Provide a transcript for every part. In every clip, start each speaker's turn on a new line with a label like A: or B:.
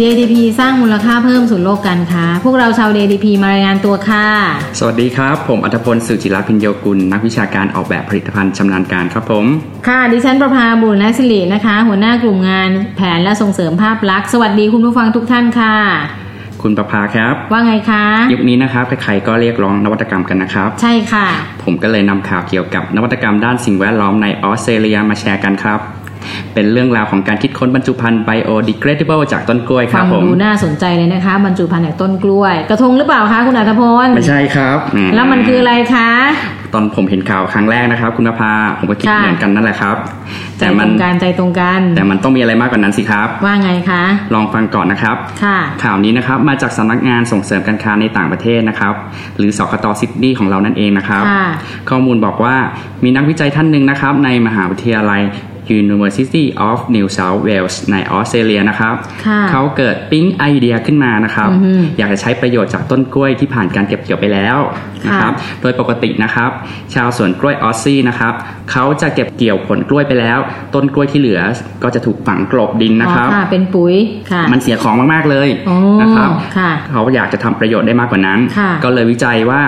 A: DDP สร้างมูลค่าเพิ่มสู่โลกการค้า พวกเราชาว DDP มารายงานตัวค่ะ
B: สวัสดีครับ ผมอัธพลสุจิรพินโยกุล นักวิชาการออกแบบผลิตภัณฑ์ชำนาญการครับผม
A: ค่ะ ดิฉันประภาบุญและสิรินะคะ หัวหน้ากลุ่มงานแผนและส่งเสริมภาพลักษณ์ สวัสดีคุณผู้ฟังทุกท่านค่ะ
B: คุณประภาครับ
A: ว่าไงคะ
B: ยุคนี้นะครับใครๆก็เรียกร้องนวัตกรรมกันนะครับ
A: ใช่ค่ะ
B: ผมก็เลยนำข่าวเกี่ยวกับนวัตกรรมด้านสิ่งแวดล้อมในออสเตรเลียมาแชร์กันครับ เป็นเรื่องราวของการคิดค้นบรรจุภัณฑ์ biodegradable จากต้นกล้วยค
A: ฟั
B: รับ
A: ง
B: ผม
A: ดูน่าสนใจเลยนะคะ บรรจุภัณฑ์จากต้นกล้วย กระทงหรือเปล่าคะคุณอัธพล
B: ไม่ใช่ครับ
A: แล้วมันคืออะไรคะ
B: ตอนผมเห็นข่าวครั้งแรกนะครับ คุณประภาผมก็คิด
A: ค่ะ
B: เหมือนกันนั่นแหละครับ
A: ใจ
B: แต่
A: ต
B: มั
A: รงกันใจตรงกัน
B: แต่มันต้องมีอะไรมากกว่านั้นสิครับ
A: ว่าไงคะ
B: ลองฟังก่อนนะครับ
A: ค่ะ
B: ข่าวนี้นะครับมาจากสำนักงานส่งเสริมการค้าในต่างประเทศนะครับ หรือสคตซิดนีย์ของเรานั่นเองนะครับ
A: ค่ะ
B: ข้อมูลบอกว่ามีนักวิจัยท่านหนึ่งนะครับ ในมหาวิทยาลัย University of New South Wales ในออสเตรเลียนะครับ
A: ค่ะ
B: เขาเกิดปิ๊งไอเดียขึ้นมานะครับ
A: อือฮึ
B: อยากจะใช้ประโยชน์จากต้นกล้วยที่ผ่านการเก็บเกี่ยวไปแล้วนะครับ โดยปกตินะครับ ชาวสวนกล้วยออสซี่นะครับเขาจะเก็บเกี่ยวผลกล้วยไปแล้ว ต้นกล้วยที่เหลือก็จะถูกฝังกลบดิน
A: ะ
B: นะครับ
A: ค่ะ เป็นปุ๋ย ค่ะ
B: มันเสียของมากๆเลย
A: โอ้
B: นะครับ
A: ค่ะ
B: เขาอยากจะทำประโยชน์ได้มากกว่านั้น
A: ค่ะ
B: ก็เลยวิจัยว่า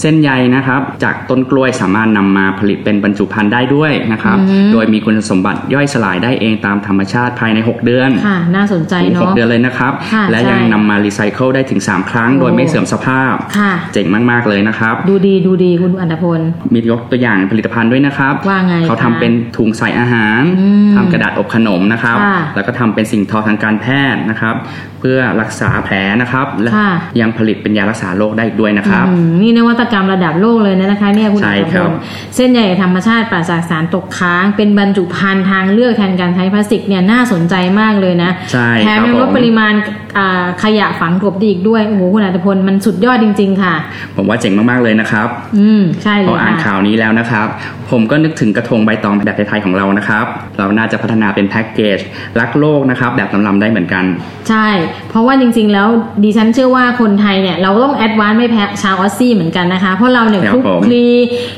B: เส้นใยนะครับ จากต้นกล้วยสามารถนำมาผลิตเป็นบรรจุภัณฑ์ได้ด้วยนะครับ
A: อืม
B: โดยมีคุณสมบัติย่อยสลายได้เองตามธรรมชาติภายใน 6 เดือน
A: ค่ะ น่าสนใจ
B: ถึงหก
A: เนาะ
B: เดือนเลยนะครับ
A: ค่ะ
B: และ
A: ใช่
B: ยังนำมารีไซเคิลได้ถึง 3 ครั้ง
A: โอ้
B: โดยไม่เสื่อมสภาพ
A: ค่ะ
B: เจ๋งมากๆเลยนะครับ
A: ดูดีดูดีคุณอันดพล
B: มียกตัวอย่างผลิตภัณฑ์ด้วยนะครับ
A: ว่าไง
B: เขาทำ
A: คะ
B: เป็นถุงใส่อาหาร
A: อืม
B: ทำกระดาษอบขนมนะครับ
A: ค่ะ
B: แล้วก็ทำเป็นสิ่งทอทางการแพทย์นะครับ เพื่อรักษาแผลนะครับและ
A: ค่ะ
B: ยังผลิตเป็นยารักษาโรคได้อีกด้วยนะครับ
A: อืมนี่นวัตกรรมระดับโลกเลยนะคะ เนี่ยคุณ
B: ใช่
A: อันดพ
B: ครั
A: ล
B: บ
A: เส้นใหญ่ธรรมชาติปราศจากสารตกค้าง เป็นบรรจุภัณฑ์ทางเลือกแทนการใช้พลาสติกเนี่ยน่าสนใจมากเลยนะ
B: ใช่
A: แถม
B: ครับ
A: ยัง
B: ผ
A: ลด
B: ม
A: ปริมาณอ่าขยะฝังกลบได้อีกด้วยโอ้โหคุณอันดพลมันสุดยอดจริง ๆ ค่ะ
B: ผมว่าเจ๋งมากๆเลยนะครับ
A: อืมใช่เล
B: พอย อ่าน
A: ค่ะ
B: ข่าวนี้แล้วนะครับ ผมก็นึกถึงกระทงใบตองแบบไทยๆของเรานะครับ เราน่าจะพัฒนาเป็นแพ็กเกจรักโลกนะครับ แบบลำๆได้เหมือนกัน
A: ใช่ เพราะว่าจริงๆ แล้วดิฉันเชื่อว่าคนไทยเนี่ยเราต้องแอดวานซ์ไม่แพ้ชาวออสซี่เหมือนกันนะคะ เพราะเราเนี่ย
B: ครั
A: ค
B: บ
A: ลุก
B: ผม
A: คลี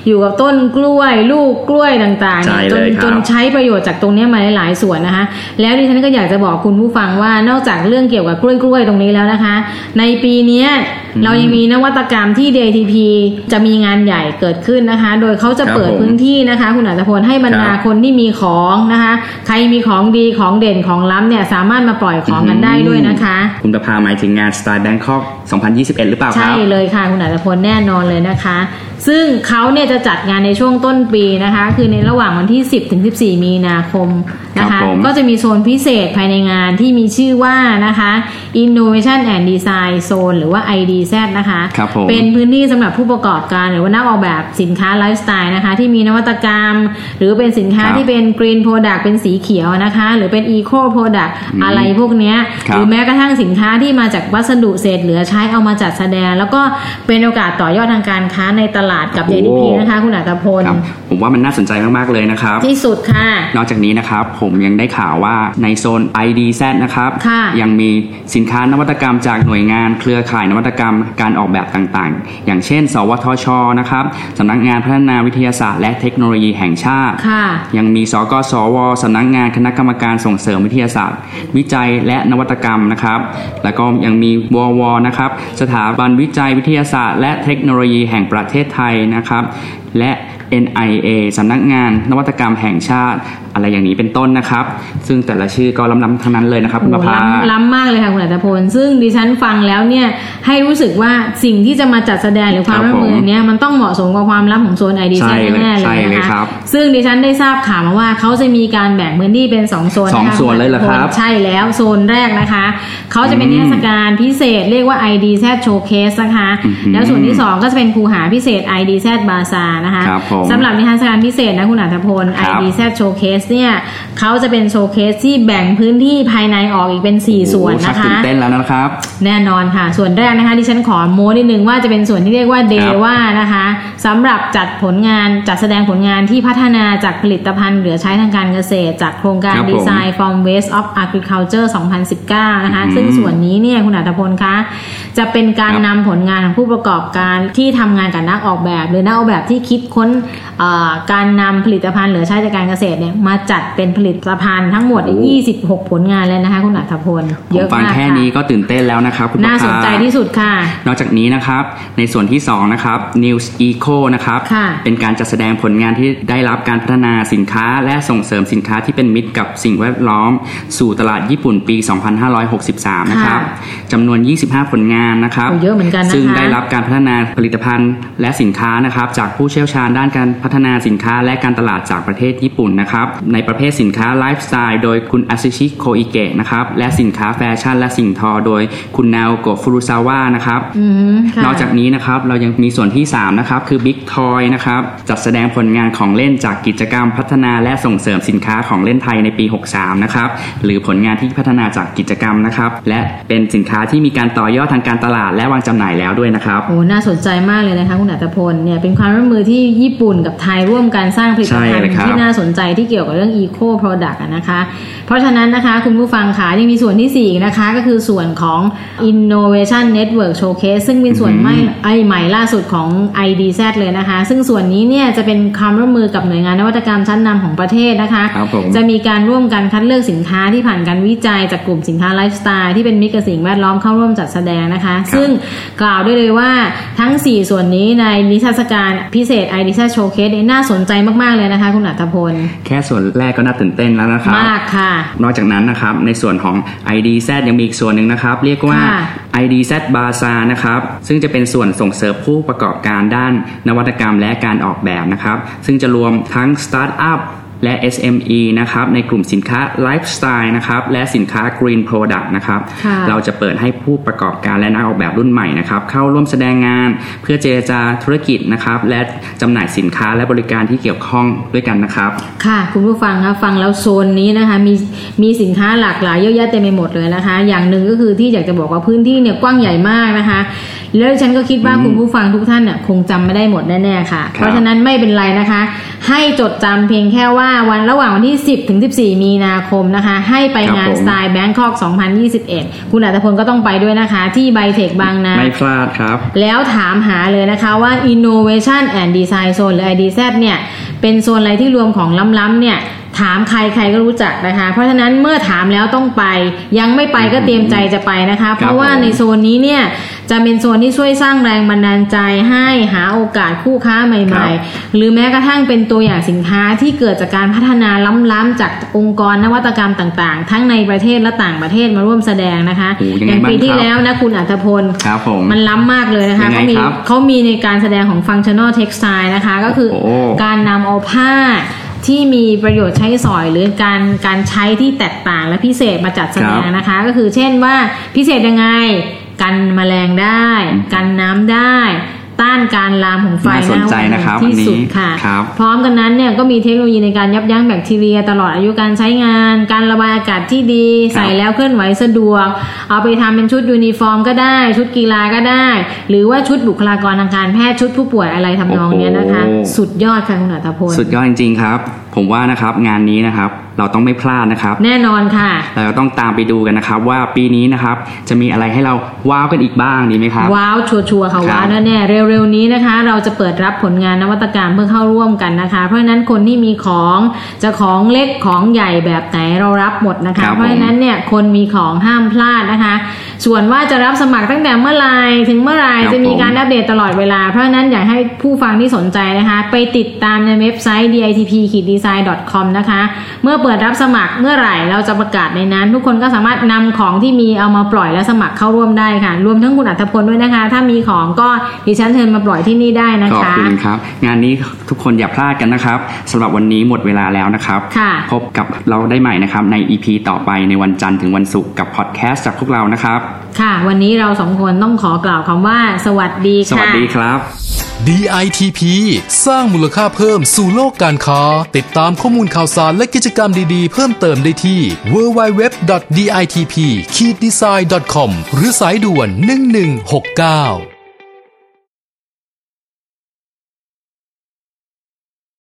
A: อยู่กับต้นกล้วย ลูกกล้วยต่างๆเนี่ย
B: ใช่
A: จน
B: เลยครับ
A: จนใช้ประโยชน์จากตรงเนี้ยมาหลายๆส่วนนะคะ แล้วดิฉันก็อยากจะบอกคุณผู้ฟังว่านอกจากเรื่องเกี่ยวกับกล้วยกล้วยๆตรงนี้แล้วนะคะ ในปีเนี้ย
B: อืม
A: เรายังมีนวัตกรรมที่ DTP จะมีงานใหญ่เกิดขึ้นนะคะ โดยเขาจะ
B: ครับ
A: เปิด
B: ผม
A: พื้นที่นะคะ คุณอัตพลให้บรรดา
B: ครับ
A: คนที่มีของนะคะ ใครมีของดีของเด่นของล้ำเนี่ยสามารถมาปล่อยของกันได้ด้วยนะคะ
B: คุณประภาหมายถึงงานสไตล์แบงคอก 2021 หรือเปล่าค
A: ใช่
B: รับ
A: เลยค่ะ คุณอัตพลแน่นอนเลยนะคะ ซึ่งเขาเนี่ยจะจัดงานในช่วงต้นปีนะคะ คือในระหว่างวันที่ 10ถึง14 มีนาคมนะ
B: ครั
A: คะ
B: บผม
A: ก็จะมีโซนพิเศษภายในงานที่มีชื่อว่านะคะ Innovation and Design Zone หรือว่า IDZ นะคะ
B: ครับผม
A: เป็นพื้นที่สำหรับผู้ประกอบการหรือว่านักออกแบบสินค้าไลฟ์สไตล์นะคะ ที่มีนวัตกรรม หรือเป็นสินค้า
B: ครับ
A: ที่เป็นกรีนโปรดักต์เป็นสีเขียวนะคะ หรือเป็นอีโคโปรดักต์
B: อืม
A: อะไรพวกเนี้ย
B: ครั
A: ห
B: บ
A: รือแม้กระทั่งสินค้าที่มาจากวัสดุเศษเหลือใช้เอามาจัดแสดง แล้วก็เป็นโอกาสต่อยอดทางการค้าในตลาดกับ JDP นะคะคุณอัตพล
B: ครับผมว่ามันน่าสนใจมากๆเลยนะครับ
A: ที่สุดค่ะ
B: นอกจากนี้นะครับผมยังได้ข่าวว่าในโซน IDZ นะครับ
A: ค่ะ
B: ยังมีสินค้านวัตกรรมจากหน่วยงานเครือข่ายนวัตกรรมการออกแบบต่างๆ อย่างเช่น สวทช นะครับสำนักงานพัฒนาวิทยาศาสตร์และเทคโนโลยีแห่งชาติ
A: ค่ะ
B: ยังมีสกสวสำนักงานคณะกรรมการส่งเสริมวิทยาศาสตร์ วิจัยและนวัตกรรมนะครับ แล้วก็ยังมีววนะครับ สถาบันวิจัยวิทยาศาสตร์และเทคโนโลยีแห่งประเทศไทยนะครับ และ NIA สำนักงานนวัตกรรมแห่งชาติ อะไรอย่างนี้เป็นต้นนะครับ ซึ่งแต่ละชื่อก็ล้ำๆทั้งนั้นเลยนะครับคุณประภา
A: โอ้โหล้ำล้ำมากเลยค่ะคุณอัตพล ซึ่งดิฉันฟังแล้วเนี่ยให้รู้สึกว่าสิ่งที่จะมาจัดแสดงหรือความ
B: ครั
A: ร่
B: บ
A: วมมื
B: ผ
A: อ
B: ม
A: เนี่ยมันต้องเหมาะสมกับความลับของโซนไอดี
B: ใช่เลย
A: แน่ๆเล
B: ใช่
A: ย
B: เล
A: นะ
B: ยครั
A: คะ
B: บ
A: ซึ่งดิฉันได้ทราบข่าวมาว่าเขาจะมีการแบ่งพื้นที่เป็นสองโซ
B: สอ
A: นะ
B: ง
A: คะ
B: โซนเลยเหรอครับ
A: ณตพใช่แล้วโซนแรกนะคะ เขาจะเป็น
B: อื
A: เท
B: ม
A: ศกาลพิเศษเรียกว่า ID Z Showcase นะคะ
B: อื้อหือ
A: แล้วส่วนที่สองก็จะเป็นคูหาพิเศษ ID Z Bazaar นะคะ
B: ครับผม
A: สำหรับนิทรรศการพิเศษนะคุณอัตพล
B: ครับ
A: ID Z Showcase เนี่ย เขาจะเป็นโชว์เคสที่แบ่งพื้นที่ภายในออกอีกเป็น 4 ส่วน
B: โอ้โหชัก
A: นะคะ
B: ตื่นเต้นแล้วนะครับ
A: แน่นอนค่ะ ส่วนแรกนะคะที่ฉันขอโม้นิดนึงว่าจะเป็นส่วนที่เรียกว่าเด
B: ครับ
A: ว่านะคะสำหรับจัดผลงานจัดแสดงผลงานที่พัฒนาจากผลิตภัณฑ์เหลือใช้ทางการเกษตร จากโครงการ
B: ครับผม
A: Design from Waste of Agriculture 2019 นะคะ
B: อืม
A: ซึ่งส่วนนี้เนี่ยคุณอัตพลคะจะเป็นการ
B: ครับ
A: นำผลงานของผู้ประกอบการที่ทำงานกับนักออกแบบ หรือนักออกแบบที่คิดค้นเอ่อการนำผลิตภัณฑ์เหลือใช้จากการเกษตรเนี่ยมาจัดเป็นผลิตภัณฑ์ทั้งหมด
B: โอ้
A: 26 ผลงานเลยนะคะคุณอัตพล
B: ผ
A: เย
B: ม
A: อะ
B: ฟัง
A: มาก
B: แค่
A: ค่ะ
B: นี้ก็ตื่นเต้นแล้วนะครับคุณประ
A: น่าสนใจ
B: ภ
A: ที่สุดค่ะ
B: นอกจากนี้นะครับ ในส่วนที่ 2 นะครับ News Eco นะครับ
A: ค่ะ
B: เป็นการจัดแสดงผลงานที่ได้รับการพัฒนาสินค้า และส่งเสริมสินค้าที่เป็นมิตรกับสิ่งแวดล้อม สู่ตลาดญี่ปุ่นปี 2563 นะครับ
A: ค่
B: จำนวน 25 ผลงานนะครับ
A: โอ้เยอะเหมือนกันนะคะ
B: ซึ่งได้รับการพัฒนาผลิตภัณฑ์และสินค้านะครับ จากผู้เชี่ยวชาญด้านการพัฒนาสินค้าและการตลาดจากประเทศญี่ปุ่นนะครับ ในประเภทสินค้าไลฟ์สไตล์โดยคุณอาซิชิโคอิเกะนะครับ และสินค้าแฟชั่นและสิ่งทอ โดยคุณนาโอโกะฟุรุซาวะนะครับ
A: อืมค่ะ
B: นอกจากนี้นะครับเรายังมีส่วนที่ 3 นะครับ คือ Big Toy นะครับ จัดแสดงผลงานของเล่นจากกิจกรรมพัฒนาและส่งเสริมสินค้าของเล่นไทยในปี 63 นะครับ หรือผลงานที่พัฒนาจากกิจกรรมนะครับ และเป็นสินค้าที่มีการต่อยอดทางการตลาดและวางจำหน่ายแล้วด้วยนะครับ
A: โอ้ น่าสนใจมากเลยนะคะคุณอัตพล เนี่ย เป็นความร่วมมือที่ญี่ปุ่นกับไทยร่วมกันสร้างผลิต
B: ใช่
A: ภัณ
B: เลย
A: ฑ์
B: ครับ
A: ที่น่าสนใจที่เกี่ยวกับเรื่อง Eco Product อะนะคะ เพราะฉะนั้นนะคะ คุณผู้ฟังคะยังมีส่วนที่4ี่อีกนะคะ ก็คือส่วนของ Innovation Network Showcase ซึ่งเป็นส่วน
B: อือหือ
A: ใหม่ไอใหม่ล่าสุดของ IDZ เลยนะคะ ซึ่งส่วนนี้เนี่ยจะเป็นความร่วมมือกับหน่วยงานนวัตกรรมชั้นนำของประเทศนะคะ
B: ครับผม
A: จะมีการร่วมกันคัดเลือกสินค้าที่ผ่านการวิจัยจากกลุ่มสินค้าไลฟ์สไตล์ที่เป็นมิตรกับสิ่งแวดล้อมเข้าร่วมจัดแสดงนะคะ ซึ่งกล่าวได้เลยว่าทั้ง 4 ส่วนนี้ในนิทรรศการพิเศษไอดิชาโชว์เคสน่าสนใจมาก ๆ เลยนะคะคุณอัตพล
B: แค่ส่วนแรกก็น่าตื่นเต้นแล้วนะครับ
A: มากค่ะ
B: นอกจากนั้นนะครับ ในส่วนของ IDZ ยังมีอีกส่วนหนึ่งนะครับ เรียกว่า
A: ค่ะ
B: IDZ Bazaar นะครับ ซึ่งจะเป็นส่วนส่งเสริมผู้ประกอบการด้านนวัตกรรมและการออกแบบนะครับ ซึ่งจะรวมทั้งสตาร์ทอัพและ SME นะครับ ในกลุ่มสินค้าไลฟ์สไตล์นะครับ และสินค้า Green Product นะครับ
A: ค่ะ
B: เราจะเปิดให้ผู้ประกอบการและนักออกแบบรุ่นใหม่นะครับ เข้าร่วมแสดงงานเพื่อเจรจาธุรกิจนะครับ และจำหน่ายสินค้าและบริการที่เกี่ยวข้องด้วยกันนะครับ
A: ค่ะคุณผู้ฟังคะฟังแล้วโซนนี้นะคะมีมีสินค้าหลากหลายเยอะแยะเต็มไปหมดเลยนะคะ อย่างหนึ่งก็คือที่อยากจะบอกว่าพื้นที่เนี่ยกว้างใหญ่มากนะคะ แล้วฉันก็คิดว่าคุณผู้ฟังทุกท่านน่ะคงจำไม่ได้หมดแน่ๆค่ะ
B: ครับ
A: เพราะฉะนั้นไม่เป็นไรนะคะ ให้จดจำเพียงแค่ว่าวันระหว่างวันที่ 10 ถึง 14 มีนาคมนะคะ ให้ไปงาน
B: ครับผม
A: สไตล์แบงคอก 2021 คุณอัตพลก็ต้องไปด้วยนะคะ ที่ไบเทคบางนา
B: ไม่พลาดครับ
A: แล้วถามหาเลยนะคะว่า innovation and design zone หรือ IDZ เนี่ย เป็นโซนอะไรที่รวมของล้ำๆเนี่ย ถามใครใครก็รู้จักนะคะ เพราะฉะนั้นเมื่อถามแล้วต้องไป ยังไม่ไปก็เตรียมใจจะไปนะคะ เพราะว่า
B: ผม
A: ในโซนนี้เนี่ย จะเป็นโซนที่ช่วยสร้างแรงบันดาลใจให้หาโอกาสคู่ค้าใหม่ๆ หรือแม้กระทั่งเป็นตัวอย่างสินค้าที่เกิดจากการพัฒนาล้ำๆจากองค์กรนวัตกรรมต่างๆ ทั้งในประเทศและต่างประเทศมาร่วมแสดงนะคะ
B: โอ้ยังไง
A: ปี
B: บ้าง
A: ที่
B: ครับ
A: แล้วนะคุณอัธพล
B: ครับผม
A: มันล้ำมากเลยนะคะ
B: ยังไง
A: เขามี
B: ครับ
A: เขามีในการแสดงของ functional textile นะคะ ก็คือ
B: โอ้โห
A: การนำเอาผ้าที่มีประโยชน์ใช้สอย หรือการการใช้ที่แตกต่างและพิเศษมาจัดแสดงนะคะ ก็คือเช่นว่าพิเศษยังไง กันแมลงได้
B: อืม
A: กันน้ำได้ ต้านการลามของไฟ
B: น่าสนใจนะครับ
A: ที่สุด
B: อันนี้
A: ค่ะ
B: ครับ
A: พร้อมกันนั้นเนี่ยก็มีเทคโนโลยีในการยับยั้งแบคทีเรีย ตลอดอายุการใช้งาน การระบายอากาศที่ดี
B: ครับ
A: ใส่แล้วเคลื่อนไหวสะดวก เอาไปทำเป็นชุดยูนิฟอร์มก็ได้ ชุดกีฬาก็ได้ หรือว่าชุดบุคลากรทางการแพทย์ชุดผู้ป่วยอะไรทำนองเนี้ยนะคะ
B: โอ้โห
A: สุดยอดค่ะคุณอัตพล
B: สุดยอดจริงๆครับ ผมว่านะครับงานนี้นะครับเราต้องไม่พลาดนะครับ
A: แน่นอนค่ะ
B: เราจะต้องตามไปดูกันนะครับ ว่าปีนี้นะครับจะมีอะไรให้เราว้าวกันอีกบ้างดีไหมครับ
A: ว้าวชัวร์ๆค่ะ
B: ครับ
A: ว้าวแน่ๆเร็วๆนี้นะคะ เราจะเปิดรับผลงานนวัตกรรมเพื่อเข้าร่วมกันนะคะ เพราะฉะนั้นคนที่มีของจะของเล็กของใหญ่แบบไหนเรารับหมดนะ
B: ค
A: คะ
B: รับ
A: เพราะฉะนั้นเนี่ยคนมีของห้ามพลาดนะคะ ส่วนว่าจะรับสมัครตั้งแต่เมื่อไหรถึงเมื่อไหร
B: ครับ
A: จะมี
B: ผม
A: การอัปเดตตลอดเวลา เพราะฉะนั้นอยากให้ผู้ฟังที่สนใจนะคะ ไปติดตามในเว็บไซต์ ditp-design.com นะคะ เมื่อเปิดรับสมัครเมื่อไหร่เราจะประกาศในนั้น ทุกคนก็สามารถนำของที่มีเอามาปล่อยและสมัครเข้าร่วมได้ค่ะ รวมทั้งคุณอัธพลด้วยนะคะ ถ้ามีของก็ดิฉันเชิญมาปล่อยที่นี่ได้นะ
B: ขอบ
A: คะ
B: คุณครับ งานนี้ทุกคนอย่าพลาดกันนะครับสำหรับวันนี้หมดเวลาแล้วนะครับ
A: ค่ะ
B: พบกับเราได้ใหม่นะครับใน EP ต่อไปในวันจันทร์ถึงวันศุกร์กับพอดแคสต์จากพวกเรานะครับ
A: ค่ะ วันนี้เราสองคนต้องขอกล่าวคำว่า สวัสดีค่ะ
B: สวัสดีครับ
C: DITP สร้างมูลค่าเพิ่มสู่โลกการค้า ติดตามข้อมูลข่าวสารและกิจกรรมดีๆ เพิ่มเติมได้ที่ www.ditp-design.com หรือสายด่วน 1169